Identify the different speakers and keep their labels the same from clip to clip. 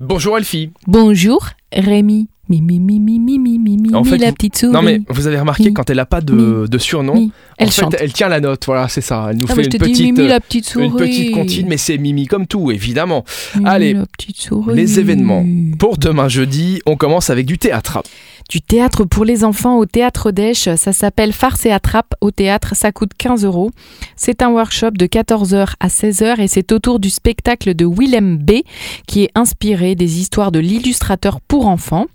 Speaker 1: Bonjour Elfie.
Speaker 2: Bonjour, Rémi. Mimi, mimi, mimi, mimi,
Speaker 1: En fait,
Speaker 2: la
Speaker 1: vous-
Speaker 2: petite souris.
Speaker 1: Non mais vous avez remarqué
Speaker 2: Mi.
Speaker 1: quand elle a pas de,
Speaker 2: Mi.
Speaker 1: de surnom,
Speaker 2: Mi. Elle
Speaker 1: en fait,
Speaker 2: chante.
Speaker 1: elle tient la note. Voilà, c'est ça. Elle nous
Speaker 2: Ah,
Speaker 1: fait
Speaker 2: mais je
Speaker 1: une
Speaker 2: te
Speaker 1: petite,
Speaker 2: dis Mimi,
Speaker 1: euh,
Speaker 2: la petite souris.
Speaker 1: une petite comptine, mais c'est Mimi comme tout, évidemment.
Speaker 2: Mimi,
Speaker 1: Allez,
Speaker 2: la petite souris.
Speaker 1: les événements. Pour demain jeudi, on commence avec du théâtre.
Speaker 2: Du théâtre pour les enfants au théâtre d'Esch, ça s'appelle Farce et Attrape au théâtre, ça coûte 15 euros. C'est un workshop de 14h à 16h et c'est autour du spectacle de Willem B qui est inspiré des histoires de l'illustrateur pour enfants.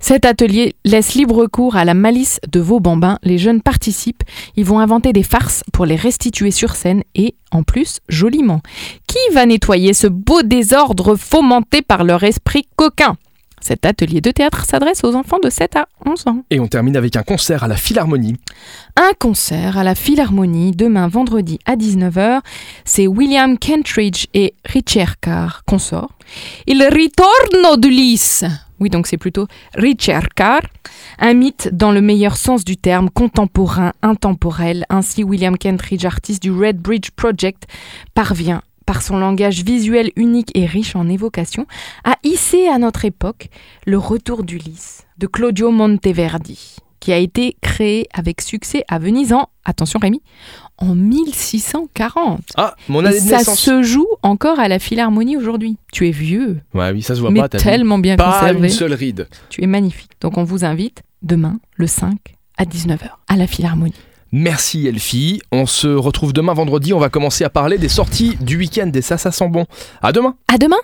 Speaker 2: Cet atelier laisse libre cours à la malice de vos bambins. Les jeunes participent, ils vont inventer des farces pour les restituer sur scène et en plus joliment. Qui va nettoyer ce beau désordre fomenté par leur esprit coquin cet atelier de théâtre s'adresse aux enfants de 7 à 11 ans.
Speaker 1: Et on termine avec un concert à la Philharmonie.
Speaker 2: Un concert à la Philharmonie demain vendredi à 19h. C'est William Kentridge et Richard Carr, consort. Il ritorno d'Ulysse. Oui, donc c'est plutôt Richard Carr. Un mythe dans le meilleur sens du terme, contemporain, intemporel. Ainsi, William Kentridge, artiste du Red Bridge Project, parvient, par son langage visuel unique et riche en évocations, à hisser à notre époque le retour d'Ulysse de Claudio Monteverdi, qui a été créé avec succès à Venise en, attention Rémi, en 1640.
Speaker 1: Ah, mon
Speaker 2: Et
Speaker 1: année de
Speaker 2: ça
Speaker 1: naissance.
Speaker 2: se joue encore à la Philharmonie aujourd'hui. Tu es vieux,
Speaker 1: Ouais, oui, ça se voit
Speaker 2: mais
Speaker 1: pas. Bah, t'as vu.
Speaker 2: tellement bien
Speaker 1: Pas
Speaker 2: conservé.
Speaker 1: une seule ride.
Speaker 2: Tu es magnifique. Donc on vous invite demain, le 5 à 19h, à la Philharmonie.
Speaker 1: Merci Elfie. On se retrouve demain vendredi. On va commencer à parler des sorties du week-end et ça, ça sent bon. À demain.
Speaker 2: À demain